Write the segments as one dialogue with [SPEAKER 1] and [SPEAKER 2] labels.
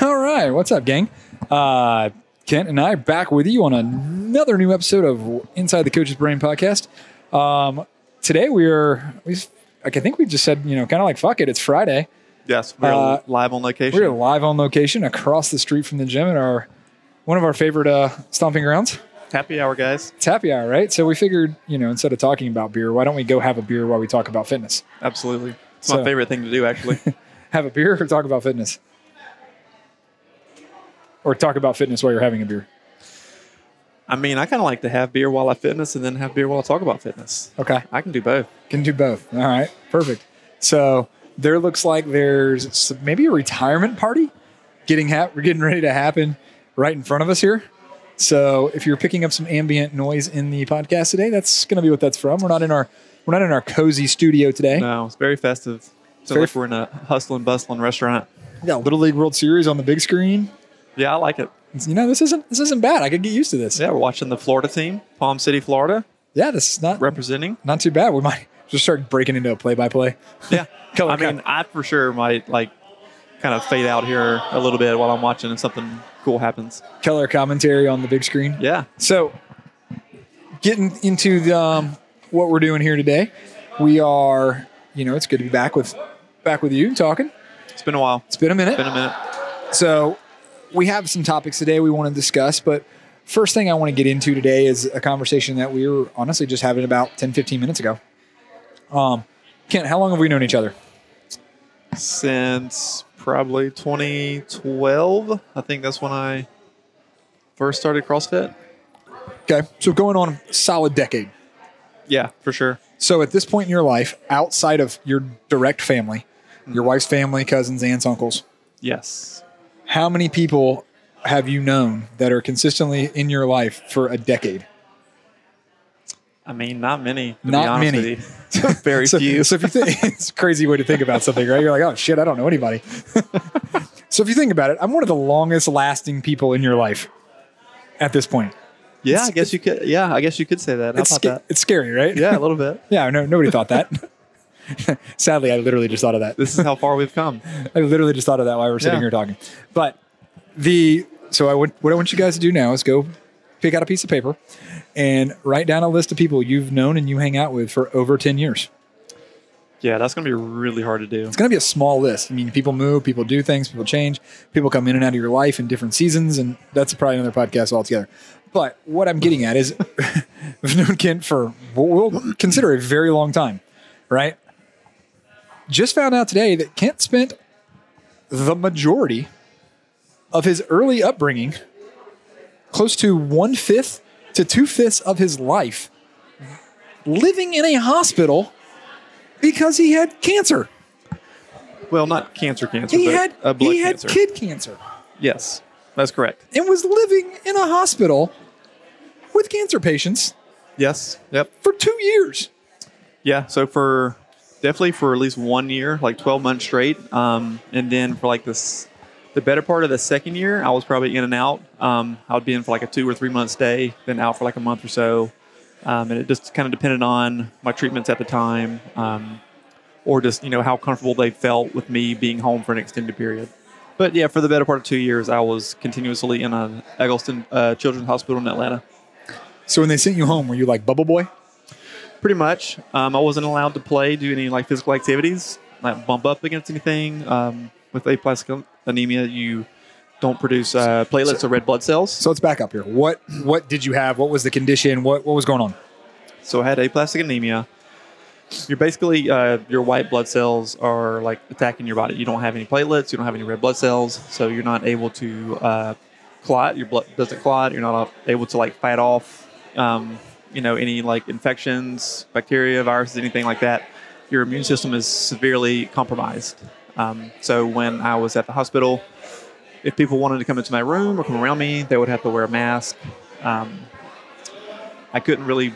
[SPEAKER 1] What's up, gang? Uh, Kent and I are back with you on another new episode of Inside the Coach's Brain podcast. Um, today we are, we, like I think we just said, you know, kind of like fuck it, it's Friday.
[SPEAKER 2] Yes, we're
[SPEAKER 1] Uh,
[SPEAKER 2] live on location.
[SPEAKER 1] We're live on location across the street from the gym at our one of our favorite uh, stomping grounds.
[SPEAKER 2] Happy hour, guys.
[SPEAKER 1] It's happy hour, right? So we figured, you know, instead of talking about beer, why don't we go have a beer while we talk about fitness?
[SPEAKER 2] Absolutely. It's
[SPEAKER 1] So-
[SPEAKER 2] my favorite thing to do, actually.
[SPEAKER 1] Have a beer or talk about fitness? Or talk about fitness while you're having a beer.
[SPEAKER 2] I mean, I kind of like to have beer while I fitness and then have beer while I talk about fitness.
[SPEAKER 1] Okay.
[SPEAKER 2] I can do both.
[SPEAKER 1] Can do both. All right. Perfect. So there looks like there's s- maybe a retirement party getting hap- getting ready to happen right in front of us here. So if you're picking up some ambient noise in the podcast today, that's going to be what that's from. We're not in our we're not in our cozy studio today.
[SPEAKER 2] No, it's very festive. So
[SPEAKER 1] Very
[SPEAKER 2] like we're in a hustle and bustling restaurant.
[SPEAKER 1] We got Little League World Series on the big screen.
[SPEAKER 2] Yeah, I like it.
[SPEAKER 1] It's- You know, this isn't this isn't bad. I could get used to this.
[SPEAKER 2] Yeah, we're watching the Florida team, Palm City, Florida,
[SPEAKER 1] Yeah, this is not
[SPEAKER 2] representing.
[SPEAKER 1] not too bad. We might just start breaking into a play by play.
[SPEAKER 2] Yeah,
[SPEAKER 1] Color
[SPEAKER 2] I mean,
[SPEAKER 1] code.
[SPEAKER 2] I for sure might like kind of fade out here a little bit while I'm watching and something cool happens.
[SPEAKER 1] Color commentary on the big screen.
[SPEAKER 2] Yeah,
[SPEAKER 1] So, getting into the, um, what we're doing here today, we are, you know, it's good to be back with back with you talking.
[SPEAKER 2] it's been a while.
[SPEAKER 1] It's been a minute.
[SPEAKER 2] Been a minute.
[SPEAKER 1] So, we have some topics today we want to discuss, but first thing I want to get into today is a conversation that we were honestly just having about 10, 15 minutes ago. Um, Kent, how long have we known each other?
[SPEAKER 2] since probably 2012. I think that's when I first started CrossFit.
[SPEAKER 1] Okay, so going on a solid decade.
[SPEAKER 2] Yeah, for sure.
[SPEAKER 1] So at this point in your life, outside of your direct family, your
[SPEAKER 2] Mm-hmm.
[SPEAKER 1] wife's family, cousins, aunts, uncles,
[SPEAKER 2] Yes.
[SPEAKER 1] how many people have you known that are consistently in your life for a decade?
[SPEAKER 2] I mean, not many. To
[SPEAKER 1] Not
[SPEAKER 2] be honest
[SPEAKER 1] many.
[SPEAKER 2] With you. Very
[SPEAKER 1] so,
[SPEAKER 2] few.
[SPEAKER 1] So if you think it's a crazy way to think about something, right? You're like, oh shit, I don't know anybody. so if you think about it, I'm one of the longest lasting people in your life at this point.
[SPEAKER 2] yeah, I guess you could. Yeah, I guess you could say that. I
[SPEAKER 1] It's,
[SPEAKER 2] thought
[SPEAKER 1] sca-
[SPEAKER 2] that.
[SPEAKER 1] it's scary, right?
[SPEAKER 2] Yeah, a little bit.
[SPEAKER 1] yeah, no, nobody thought that. Sadly, I literally just thought of that.
[SPEAKER 2] This is how far we've come.
[SPEAKER 1] I literally just thought of that while we are sitting
[SPEAKER 2] Yeah.
[SPEAKER 1] here talking. But the so I would what I want you guys to do now is go pick out a piece of paper and write down a list of people you've known and you hang out with for over 10 years.
[SPEAKER 2] Yeah, that's gonna be really hard to do.
[SPEAKER 1] It's going to be a small list. I mean, people move, people do things, people change, people come in and out of your life in different seasons and that's probably another podcast altogether. But what I'm getting at is I've known Kent for what we'll consider a very long time, right? Just found out today that Kent spent the majority of his early upbringing, close to one fifth to two fifths of his life, living in a hospital because he had cancer.
[SPEAKER 2] Well, not cancer, cancer.
[SPEAKER 1] He
[SPEAKER 2] but
[SPEAKER 1] had
[SPEAKER 2] a blood
[SPEAKER 1] he had
[SPEAKER 2] cancer.
[SPEAKER 1] kid cancer
[SPEAKER 2] yes, that's correct.
[SPEAKER 1] and was living in a hospital with cancer patients
[SPEAKER 2] Yes. Yep.
[SPEAKER 1] for two years.
[SPEAKER 2] Yeah, so for definitely for at least one year, like twelve months straight, um, and then for like this, the better part of the second year, I was probably in and out. Um, I would be in for like a two or three month stay, then out for like a month or so, um, and it just kind of depended on my treatments at the time, um, or just you know how comfortable they felt with me being home for an extended period. But yeah, for the better part of two years, I was continuously in an Eggleston uh, Children's Hospital in Atlanta.
[SPEAKER 1] So when they sent you home, were you like Bubble Boy?
[SPEAKER 2] Pretty much. Um, I wasn't allowed to play, do any like physical activities, like bump up against anything. Um, with aplastic anemia, you don't produce uh, platelets or red blood cells.
[SPEAKER 1] So let's back up here. What what did you have? What was the condition? What what was going on?
[SPEAKER 2] So I had aplastic anemia. You're basically uh, your white blood cells are like attacking your body. You don't have any platelets. You don't have any red blood cells, so you're not able to uh, clot. Your blood doesn't clot. You're not able to like fight off, um, you know, any like infections, bacteria, viruses, anything like that. Your immune system is severely compromised. Um, so when I was at the hospital, if people wanted to come into my room or come around me, they would have to wear a mask. Um, I couldn't really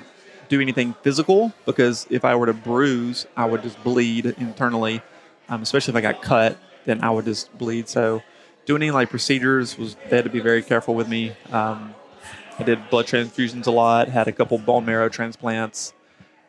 [SPEAKER 2] do anything physical because if I were to bruise, I would just bleed internally. Um, especially if I got cut, then I would just bleed. So doing any like procedures was they had to be very careful with me. Um, I did blood transfusions a lot, had a couple bone marrow transplants,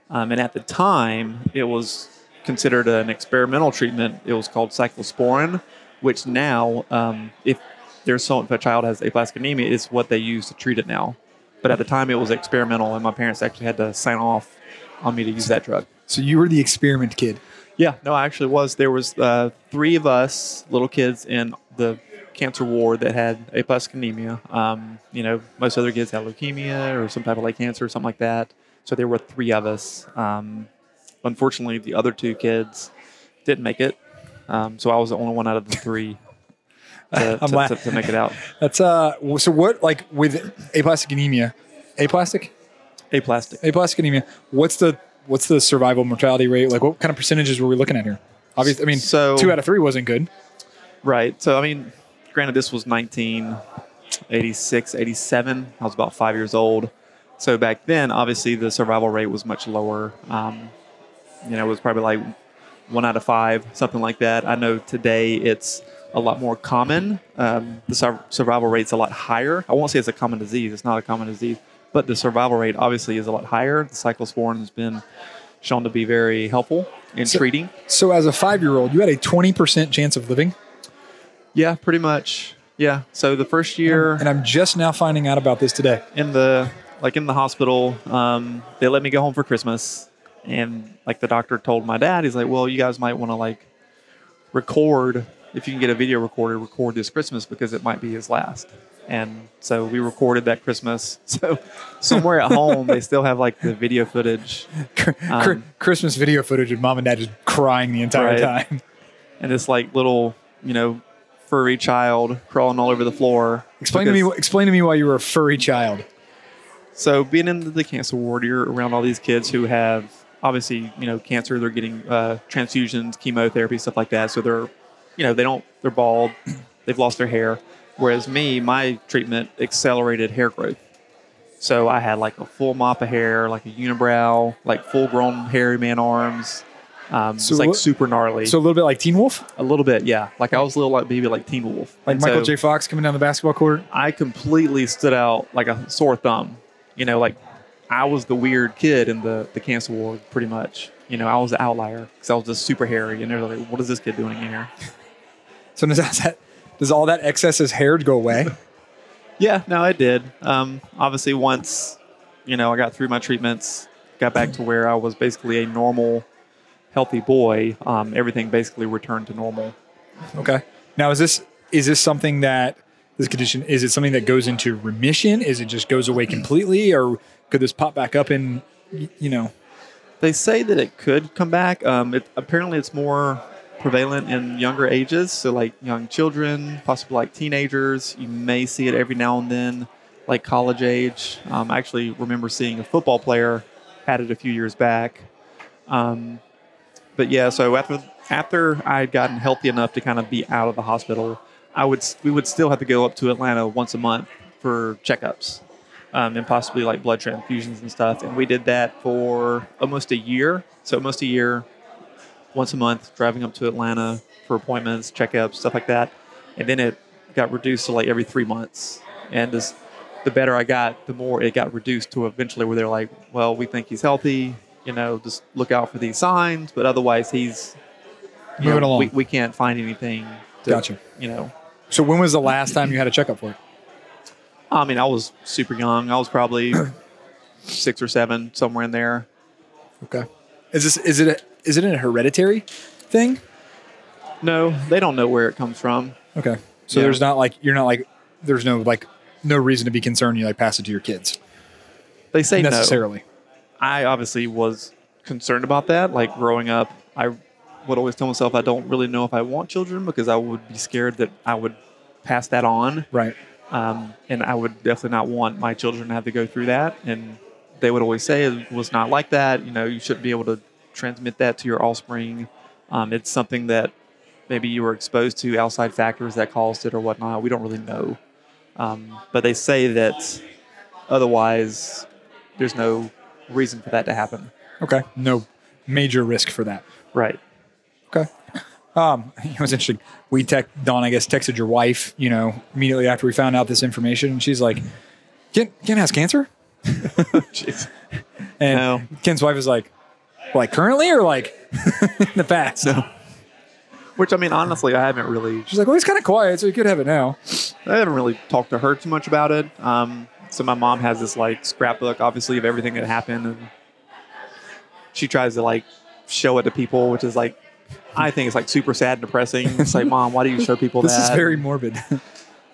[SPEAKER 2] um, and at the time it was considered an experimental treatment. It was called cyclosporin, which now um, if there's so if a child has aplastic anemia, it's what they use to treat it now. But at the time, it was experimental, and my parents actually had to sign off on me to use that drug.
[SPEAKER 1] So you were the experiment kid.
[SPEAKER 2] Yeah, no, I actually was. There was uh, three of us, little kids in the cancer ward that had aplastic anemia. Um, you know, most other kids had leukemia or some type of like cancer or something like that. So there were three of us. Um, unfortunately, the other two kids didn't make it. Um, so I was the only one out of the three to,
[SPEAKER 1] I'm
[SPEAKER 2] to-
[SPEAKER 1] la-
[SPEAKER 2] to- to make it out.
[SPEAKER 1] That's uh. So what like with aplastic anemia, aplastic,
[SPEAKER 2] Aplastic.
[SPEAKER 1] aplastic anemia. What's the what's the survival mortality rate? Like what kind of percentages were we looking at here? Obviously, I mean,
[SPEAKER 2] So-
[SPEAKER 1] two out of three wasn't good.
[SPEAKER 2] Right. So, I mean, granted, this was 1986, 87. I was about five years old. So, back then, obviously, the survival rate was much lower. Um, you know, it was probably like one out of five, something like that. I know today it's a lot more common. Um, the sur- survival rate's a lot higher. I won't say it's a common disease, it's not a common disease, but the survival rate obviously is a lot higher. The cyclosporin has been shown to be very helpful in
[SPEAKER 1] So-
[SPEAKER 2] treating.
[SPEAKER 1] So as a five year old, you had a twenty percent chance of living,
[SPEAKER 2] Yeah, pretty much. Yeah. So the first year.
[SPEAKER 1] and I'm just now finding out about this today.
[SPEAKER 2] in the like in the hospital um, they let me go home for christmas and like the doctor told my dad he's like well you guys might want to like record if you can get a video recorder record this christmas because it might be his last and so we recorded that christmas so somewhere at home they still have like the video footage
[SPEAKER 1] Cr-
[SPEAKER 2] Um,
[SPEAKER 1] Christmas video footage of mom and dad just crying the entire
[SPEAKER 2] Right.
[SPEAKER 1] time,
[SPEAKER 2] and this like little you know furry child crawling all over the floor
[SPEAKER 1] Explain
[SPEAKER 2] Because-
[SPEAKER 1] to me. Explain to me why you were a furry child.
[SPEAKER 2] So being in the cancer ward, you're around all these kids who have obviously, you know, cancer. They're getting uh, transfusions, chemotherapy, stuff like that. So they're, you know, they don't. They're bald. They've lost their hair. Whereas me, my treatment accelerated hair growth. So I had like a full mop of hair, like a unibrow, like full grown hairy man arms. Um,
[SPEAKER 1] So
[SPEAKER 2] it's like
[SPEAKER 1] what-
[SPEAKER 2] super gnarly.
[SPEAKER 1] So a little bit like Teen Wolf,
[SPEAKER 2] a little bit, yeah. Like I was a little like baby, like Teen Wolf,
[SPEAKER 1] like
[SPEAKER 2] And
[SPEAKER 1] Michael
[SPEAKER 2] so-
[SPEAKER 1] J. Fox coming down the basketball court.
[SPEAKER 2] I completely stood out like a sore thumb. You know, like I was the weird kid in the, the cancer ward, pretty much. You know, I was the outlier because I was just super hairy, and they're like, "What is this kid doing in here?"
[SPEAKER 1] So does that does all that excess as hair go away?
[SPEAKER 2] Yeah, no, I did. Um, obviously, once you know, I got through my treatments, got back to where I was basically a normal, healthy boy. Um, everything basically returned to normal.
[SPEAKER 1] Okay. Now is this is this something that this condition is it something that goes into remission? Is it just goes away completely, or could this pop back up in y- you know?
[SPEAKER 2] They say that it could come back. Um, it, apparently, it's more prevalent in younger ages, so like young children, possibly like teenagers. You may see it every now and then, like college age. Um, I actually remember seeing a football player had it a few years back. Um, but yeah, so after after I had gotten healthy enough to kind of be out of the hospital, I would s- we would still have to go up to Atlanta once a month for checkups um, and possibly like blood transfusions and stuff. And we did that for almost a year. So almost a year, once a month, driving up to Atlanta for appointments, checkups, stuff like that. And then it got reduced to like every three months. And this, the better I got, the more it got reduced to eventually where they're like, well, we think he's healthy. You know, just look out for these signs. But otherwise, he's you
[SPEAKER 1] Moving
[SPEAKER 2] know,
[SPEAKER 1] along.
[SPEAKER 2] We, we can't find anything. To,
[SPEAKER 1] Gotcha.
[SPEAKER 2] You know,
[SPEAKER 1] So when was the last time you had a checkup for it?
[SPEAKER 2] I mean, I was super young. I was probably six or seven, somewhere in there.
[SPEAKER 1] Okay. Is this is it a, is it a hereditary thing?
[SPEAKER 2] No, they don't know where it comes from.
[SPEAKER 1] Okay. So
[SPEAKER 2] Yeah.
[SPEAKER 1] there's not like you're not like there's no like no reason to be concerned. You like pass it to your kids
[SPEAKER 2] They say no.
[SPEAKER 1] necessarily.
[SPEAKER 2] I obviously was concerned about that. Like growing up, I would always tell myself I don't really know if I want children because I would be scared that I would pass that on.
[SPEAKER 1] Right.
[SPEAKER 2] Um, and I would definitely not want my children to have to go through that. And they would always say it was not like that. You know, you shouldn't be able to transmit that to your offspring. Um, it's something that maybe you were exposed to outside factors that caused it or whatnot. We don't really know. Um, but they say that otherwise, there's no reason for that to happen.
[SPEAKER 1] Okay. No major risk for that.
[SPEAKER 2] Right.
[SPEAKER 1] Okay. Um, it was interesting. We tech Don, I guess, texted your wife, you know, immediately after we found out this information, and she's like, "Ken, Ken has cancer," and
[SPEAKER 2] No.
[SPEAKER 1] Ken's wife is like, "Like currently or like in the past?"
[SPEAKER 2] No. Which I mean, honestly, I haven't really,
[SPEAKER 1] She's like, well, he's kind of quiet, so you could have it now.
[SPEAKER 2] I haven't really talked to her too much about it. Um, so my mom has this like scrapbook, obviously, of everything that happened, and she tries to like show it to people, which is like, I think it's like super sad and depressing. It's like, mom, why do you show people
[SPEAKER 1] This
[SPEAKER 2] that?
[SPEAKER 1] is very morbid.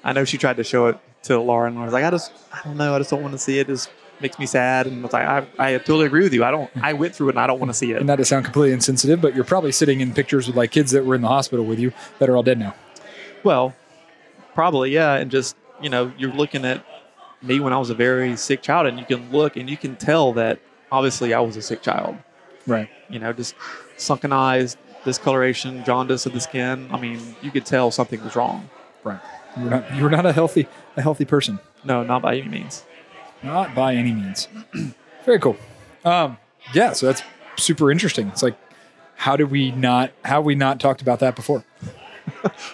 [SPEAKER 2] I know she tried to show it to Laura, and Laura's like, I just, I don't know, I just don't want to see it. It just makes me sad. And I was like, I, I totally agree with you. I don't, I went through it, and I don't want to see it.
[SPEAKER 1] and not to sound completely insensitive, but you're probably sitting in pictures with like kids that were in the hospital with you that are all dead now.
[SPEAKER 2] Well, probably, yeah. And just, you know, you're looking at me when I was a very sick child, and you can look and you can tell that obviously I was a sick child.
[SPEAKER 1] Right.
[SPEAKER 2] You know, just sunken eyes, discoloration, jaundice of the skin. I mean, you could tell something was wrong.
[SPEAKER 1] Right. You're not. You're not a healthy a healthy person.
[SPEAKER 2] No, not by any means.
[SPEAKER 1] Not by any means. Very cool. Um, yeah, so that's super interesting. It's like, how did we not? How have we not talked about that before?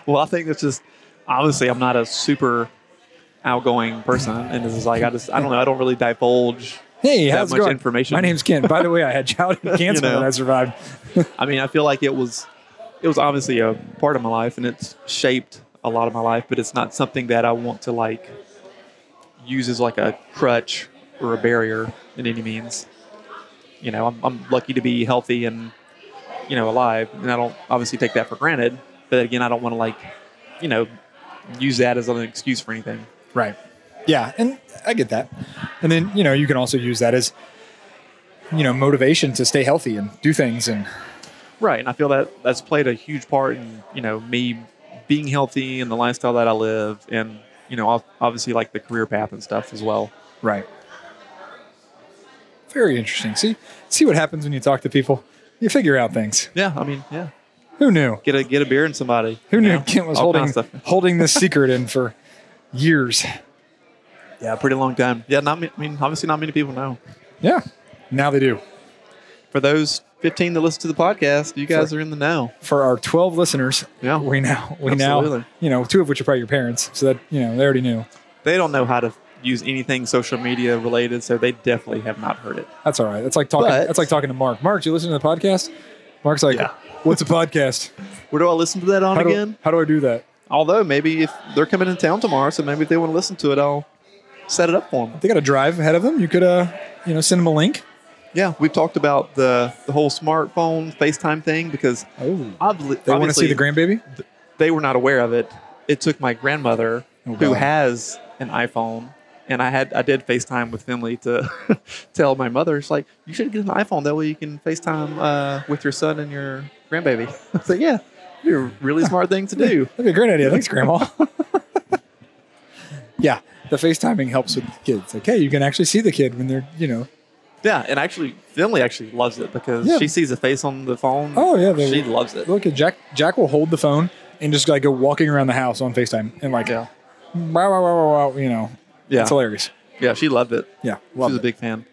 [SPEAKER 2] Well, I think that's just obviously I'm not a super outgoing person, and it's just like I just I don't know I don't really divulge.
[SPEAKER 1] Hey,
[SPEAKER 2] That
[SPEAKER 1] how's it
[SPEAKER 2] much
[SPEAKER 1] going?
[SPEAKER 2] information.
[SPEAKER 1] My name's Ken. By the way, I had childhood cancer
[SPEAKER 2] know.
[SPEAKER 1] that I survived.
[SPEAKER 2] I mean, I feel like it was it was obviously a part of my life, and it's shaped a lot of my life, but it's not something that I want to like use as like a crutch or a barrier in any means. You know, I'm, I'm lucky to be healthy and you know alive, and I don't obviously take that for granted. But again, I don't want to like you know use that as an excuse for anything.
[SPEAKER 1] Right. Yeah, and I get that. And then you know you can also use that as you know motivation to stay healthy and do things and
[SPEAKER 2] Right, and I feel that that's played a huge part in you know me being healthy and the lifestyle that I live, and you know ob- obviously like the career path and stuff as well.
[SPEAKER 1] right. Very interesting. See, see what happens when you talk to people. You figure out things.
[SPEAKER 2] Yeah, I mean, yeah,
[SPEAKER 1] Who knew?
[SPEAKER 2] get a get a beer in somebody.
[SPEAKER 1] Who
[SPEAKER 2] you
[SPEAKER 1] knew
[SPEAKER 2] know?
[SPEAKER 1] Kent was
[SPEAKER 2] All
[SPEAKER 1] holding
[SPEAKER 2] kinds of stuff.
[SPEAKER 1] holding this secret in for years?
[SPEAKER 2] Yeah, pretty long time. Yeah, not ma- I mean obviously not many people know.
[SPEAKER 1] Yeah. Now they do.
[SPEAKER 2] For those 15 that listen to the podcast, you guys
[SPEAKER 1] Sure.
[SPEAKER 2] are in the know.
[SPEAKER 1] For our twelve listeners,
[SPEAKER 2] Yeah.
[SPEAKER 1] we now we now
[SPEAKER 2] Absolutely.
[SPEAKER 1] you know two of which are probably your parents, so that you know they already knew.
[SPEAKER 2] They don't know how to use anything social media related, so they definitely have not heard it.
[SPEAKER 1] That's all right. That's like talking.
[SPEAKER 2] But-
[SPEAKER 1] that's like talking to Mark. Mark, do you listen to the podcast? Mark's like,
[SPEAKER 2] Yeah.
[SPEAKER 1] "What's a podcast?
[SPEAKER 2] Where do I listen to that on
[SPEAKER 1] How
[SPEAKER 2] again?
[SPEAKER 1] do, how do I do that?"
[SPEAKER 2] Although maybe if they're coming in town tomorrow, so maybe if they want to listen to it, I'll set it up for them.
[SPEAKER 1] They got a drive ahead of them. You could, uh, you know, send them a link.
[SPEAKER 2] Yeah, we've talked about the the whole smartphone FaceTime thing because
[SPEAKER 1] Oh,
[SPEAKER 2] obli-
[SPEAKER 1] they want to
[SPEAKER 2] obviously
[SPEAKER 1] see the grandbaby.
[SPEAKER 2] they were not aware of it. It took my grandmother
[SPEAKER 1] Oh,
[SPEAKER 2] who
[SPEAKER 1] God.
[SPEAKER 2] has an iPhone and I had I did FaceTime with Finley to tell my mother it's like you should get an iPhone that way you can FaceTime uh, with your son and your grandbaby. I was like, yeah, you're a really smart thing to do.
[SPEAKER 1] That'd be a great idea. Thanks, Grandma. yeah, the FaceTiming helps with kids. Like, hey, you can actually see the kid when they're, you know,
[SPEAKER 2] Yeah, and actually Finley actually loves it because
[SPEAKER 1] Yeah.
[SPEAKER 2] she sees a face on the phone.
[SPEAKER 1] Oh, yeah, they-
[SPEAKER 2] she loves it.
[SPEAKER 1] look at Jack. Jack will hold the phone and just like go walking around the house on Facetime and like,
[SPEAKER 2] Yeah,
[SPEAKER 1] wow, wow, wow, wow, wow, you know,
[SPEAKER 2] yeah,
[SPEAKER 1] it's hilarious.
[SPEAKER 2] yeah. She loved it.
[SPEAKER 1] Yeah,
[SPEAKER 2] She's
[SPEAKER 1] love
[SPEAKER 2] a
[SPEAKER 1] it.
[SPEAKER 2] big fan.